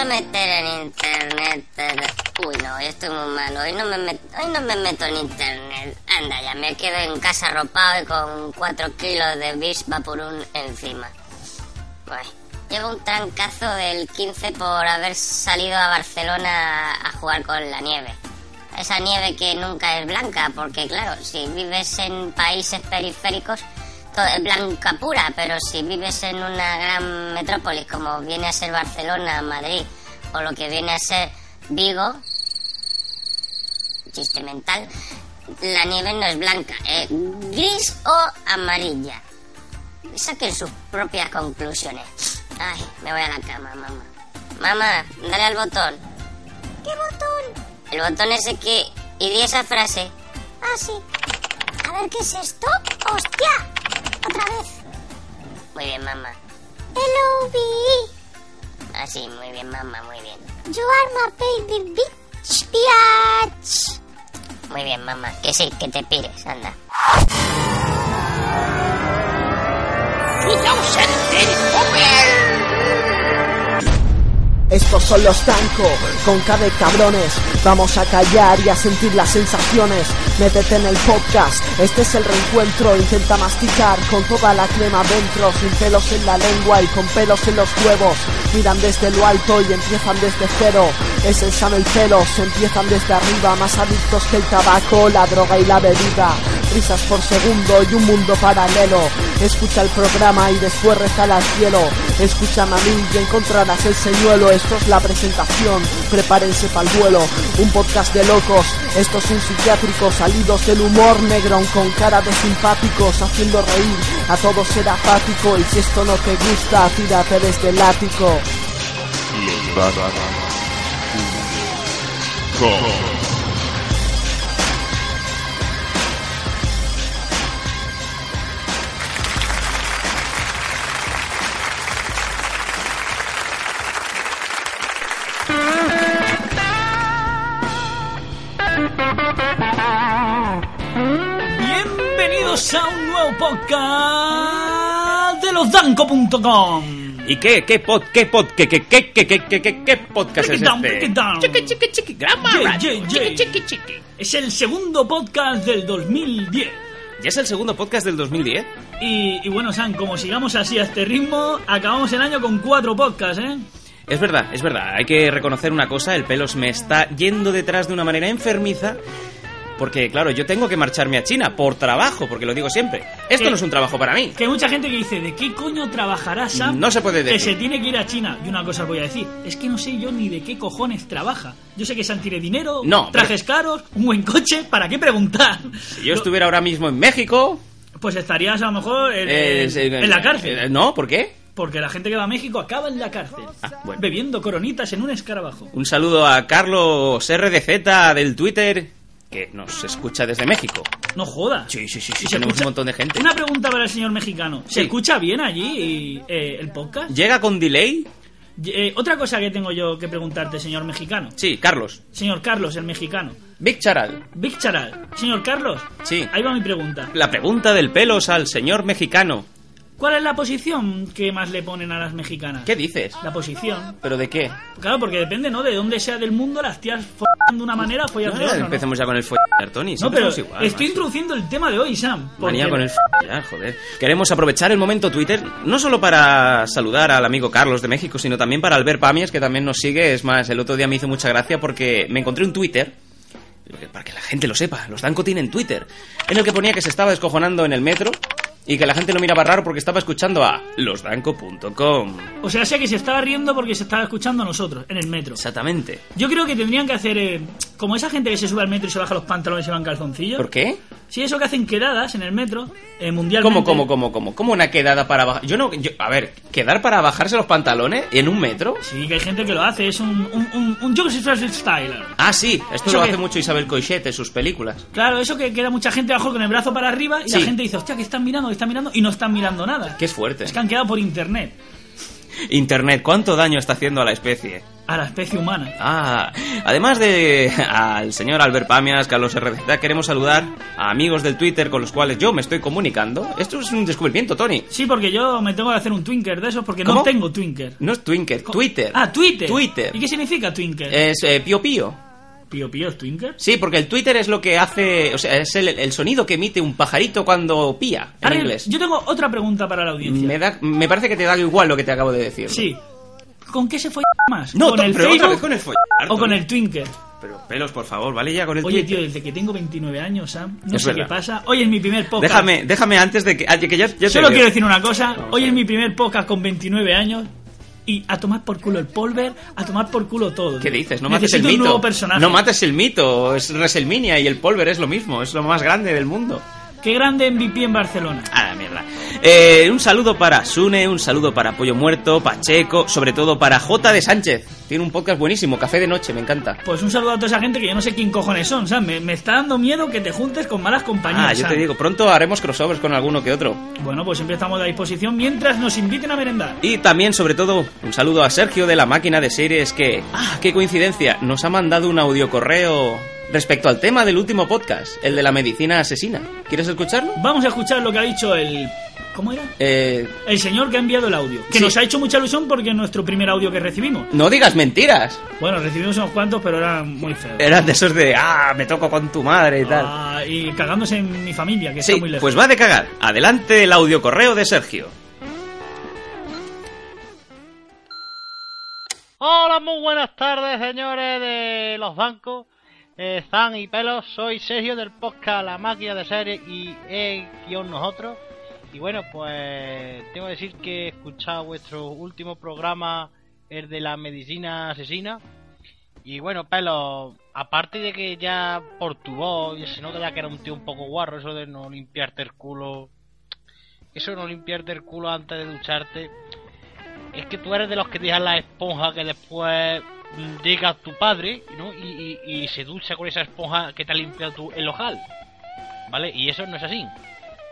a meter en internet. pero- Uy, no, hoy estoy muy malo. Hoy no, me met- hoy no me meto en internet. Anda, ya me quedo en casa arropado y con 4 kilos de Bis Vaporun encima. Pues, llevo un trancazo del 15 por haber salido a Barcelona a jugar con la nieve. Esa nieve que nunca es blanca, porque claro, si vives en países periféricos, todo es blanca pura, pero si vives en una gran metrópolis como viene a ser Barcelona, Madrid o lo que viene a ser Vigo, chiste mental, la nieve no es blanca, es gris o amarilla saquen sus propias conclusiones. Ay, me voy a la cama, mamá. Mamá, dale al botón. ¿Qué botón? El botón ese que... Y di esa frase. Ah, sí. A ver, ¿qué es esto? ¡Hostia! Otra vez. Muy bien, mamá. Hello, B. Ah, sí, muy bien, mamá, muy bien. You are my baby bitch, bitch. Muy bien, mamá. Que sí, que te pires, anda. Estos son los Tanco, con K de cabrones. Vamos a callar y a sentir las sensaciones. Métete en el podcast, este es el reencuentro. Intenta masticar con toda la crema dentro, sin pelos en la lengua y con pelos en los huevos. Miran desde lo alto y empiezan desde cero. Es el sano el pelo, se empiezan desde arriba. Más adictos que el tabaco, la droga y la bebida. Risas por segundo y un mundo paralelo. Escucha el programa y después rezala al cielo. Escucha a mí y encontrarás el señuelo. Esto es la presentación, prepárense para el vuelo. Un podcast de locos, estos son psiquiátricos, salidos del humor negro, con cara de simpáticos, haciendo reír a todo ser apático. Y si esto no te gusta, tírate desde el ático. Los datos. Con. Bienvenidos a un nuevo podcast de losdanco.com. ¿Y qué, qué pod, qué pod, qué, qué, qué, qué, qué, qué, qué, qué podcast Break es it down, break este? it down. Chiqui, chiqui, chiqui, grama Yeah, radio. yeah, yeah. Chiqui, chiqui, chiqui. Es el segundo podcast del 2010. Ya es el segundo podcast del 2010. Y, y bueno, San, como sigamos así a este ritmo, acabamos el año con cuatro podcasts, ¿eh? Es verdad, es verdad. Hay que reconocer una cosa, el pelos me está yendo detrás de una manera enfermiza. Porque, claro, yo tengo que marcharme a China por trabajo, porque lo digo siempre. Esto Eh, no es un trabajo para mí. Que hay mucha gente que dice, ¿de qué coño trabajará Sam? No se puede Que decir. se tiene que ir a China. Y una cosa os voy a decir, es que no sé yo ni de qué cojones trabaja. Yo sé que Sam tiene dinero, No, trajes caros, un buen coche, ¿para qué preguntar? Si yo Lo- estuviera ahora mismo en México... Pues estarías a lo mejor en, eh, en- en la cárcel. eh, no, ¿por qué? Porque la gente que va a México acaba en la cárcel. Ah, bueno. Bebiendo coronitas en un escarabajo. Un saludo a Carlos RDZ del Twitter, que nos escucha desde México. No joda. Sí, sí, sí, sí, Y se tenemos escucha- un montón de gente. Una pregunta para el señor mexicano. ¿Se Sí. escucha bien allí eh, el podcast? ¿Llega con delay? Eh, otra cosa que tengo yo que preguntarte, señor mexicano. Sí, Carlos. Señor Carlos, el mexicano. Big Charal. Big Charal. Señor Carlos. Sí. Ahí va mi pregunta. La pregunta del pelos al señor mexicano. ¿Cuál es la posición que más le ponen a las mexicanas? ¿Qué dices? La posición. ¿Pero de qué? Claro, porque depende, ¿no? De dónde sea del mundo, las tías follan de una manera, follan de Ah, otra. ¿no? empecemos ya con el follar, Tony. No, siempre pero somos igual, estoy macho. introduciendo el tema de hoy, Sam. porque- Manía con el follar, joder. Queremos aprovechar el momento Twitter, no solo para saludar al amigo Carlos de México, sino también para Albert Pamies, que también nos sigue. Es más, el otro día me hizo mucha gracia porque me encontré un Twitter, lo que- para que la gente lo sepa, los Danco tienen Twitter, en el que ponía que se estaba descojonando en el metro y que la gente lo miraba raro porque estaba escuchando a losdanco.com. O sea, sea que se estaba riendo porque se estaba escuchando a nosotros en el metro. Exactamente. Yo creo que tendrían que hacer, eh, como esa gente que se sube al metro y se baja los pantalones y se van calzoncillos. ¿Por qué? Sí, eso que hacen quedadas en el metro, eh, mundialmente. ¿Cómo, cómo, cómo, cómo? ¿Cómo una quedada para bajar? Yo no, yo- a ver, ¿quedar para bajarse los pantalones en un metro? Sí, que hay gente que lo hace, es un, un, un, un yo que soy freestyler. Ah, sí, esto ¿Eso lo qué? hace mucho Isabel Coixet en sus películas. Claro, eso que queda mucha gente abajo con el brazo para arriba y la Sí. gente dice, hostia, que están mirando, que están mirando y no están mirando nada. Que es fuerte. Es que han quedado por internet. Internet, ¿cuánto daño está haciendo a la especie? A la especie humana. Ah, además de al señor Albert Pamias, Carlos RZ, queremos saludar a amigos del Twitter con los cuales yo me estoy comunicando. Esto es un descubrimiento, Tony. Sí, porque yo me tengo que hacer un Twinker de esos porque no ¿Cómo? tengo Twinker. No es Twinker, Twitter. Ah, Twitter. Twitter. ¿Y qué significa Twinker? Es eh, Pío Pío. ¿Pío Pío es Twinker? Sí, porque el Twitter es lo que hace, o sea, es el, el sonido que emite un pajarito cuando pía en Ahora, inglés. Yo tengo otra pregunta para la audiencia. Me, da- me parece que te da igual lo que te acabo de decir. Sí. ¿Con qué se fue más? No, ¿Con to- el pero otra Facebook vez con el follar, o con Tony. el Twinker? Pero pelos, por favor, ¿vale? Ya con el Oye, Twitter. tío, desde que tengo 29 años, Sam, no Es sé verdad. qué pasa. Hoy es mi primer podcast. déjame, déjame antes de que, ah, que ya, ya te Solo veo. quiero decir una cosa. Hoy es mi primer podcast con 29 años. Y a tomar por culo el polver, a tomar por culo todo. ¿Qué tío. dices? No mates el Necesito mito. un nuevo personaje. No mates el mito. Es WrestleMania y el Polver es lo mismo. Es lo más grande del mundo. Qué grande MVP en Barcelona. A la mierda. Eh, un saludo para Sune, un saludo para Pollo Muerto, Pacheco, sobre todo para J de Sánchez. Tiene un podcast buenísimo, Café de Noche, me encanta. Pues un saludo a toda esa gente que yo no sé quién cojones son, Sam. Me, me está dando miedo que te juntes con malas compañías. Ah, yo Sam. te digo, pronto haremos crossovers con alguno que otro. Bueno, pues siempre estamos a disposición mientras nos inviten a merendar. Y también, sobre todo, un saludo a Sergio de la máquina de series que, ah, qué coincidencia, nos ha mandado un audio correo respecto al tema del último podcast, el de la medicina asesina. ¿Quieres escucharlo? Vamos a escuchar lo que ha dicho el. ¿Cómo era? Eh, El señor que ha enviado el audio. Que Sí. nos ha hecho mucha ilusión porque es nuestro primer audio que recibimos. no digas mentiras. Bueno, recibimos unos cuantos, pero eran muy feos. Eran de esos de, ah, me toco con tu madre y tal. Ah, y cagándose en mi familia, que sí, está muy lejos. pues va de cagar. Adelante el audio correo de Sergio. Hola, muy buenas tardes, señores de los bancos, eh, Zan y Pelos. Soy Sergio del podcast La Máquina de Series y E-Nosotros. Y bueno, pues tengo que decir que he escuchado vuestro último programa, el de la medicina asesina. Y bueno, Pelos, aparte de que ya por tu voz, ya se nota ya que era un tío un poco guarro, eso de no limpiarte el culo. Eso de no limpiarte el culo antes de ducharte. Es que tú eres de los que dejan la esponja que después mm, llega tu padre ¿no? y, y- y se ducha con esa esponja que te ha limpiado tú el ojal. ¿Vale? Y eso no es así.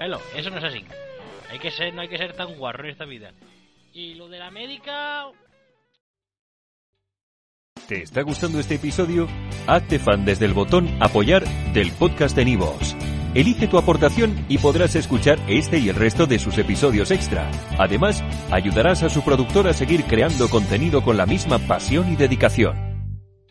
Pelo, eso no es así. Hay que ser, no hay que ser tan guarro en esta vida. Y lo de la médica, ¿Te está gustando este episodio? Hazte fan desde el botón Apoyar del podcast de Nivos. Elige tu aportación y podrás escuchar este y el resto de sus episodios extra. Además, ayudarás a su productor a seguir creando contenido con la misma pasión y dedicación.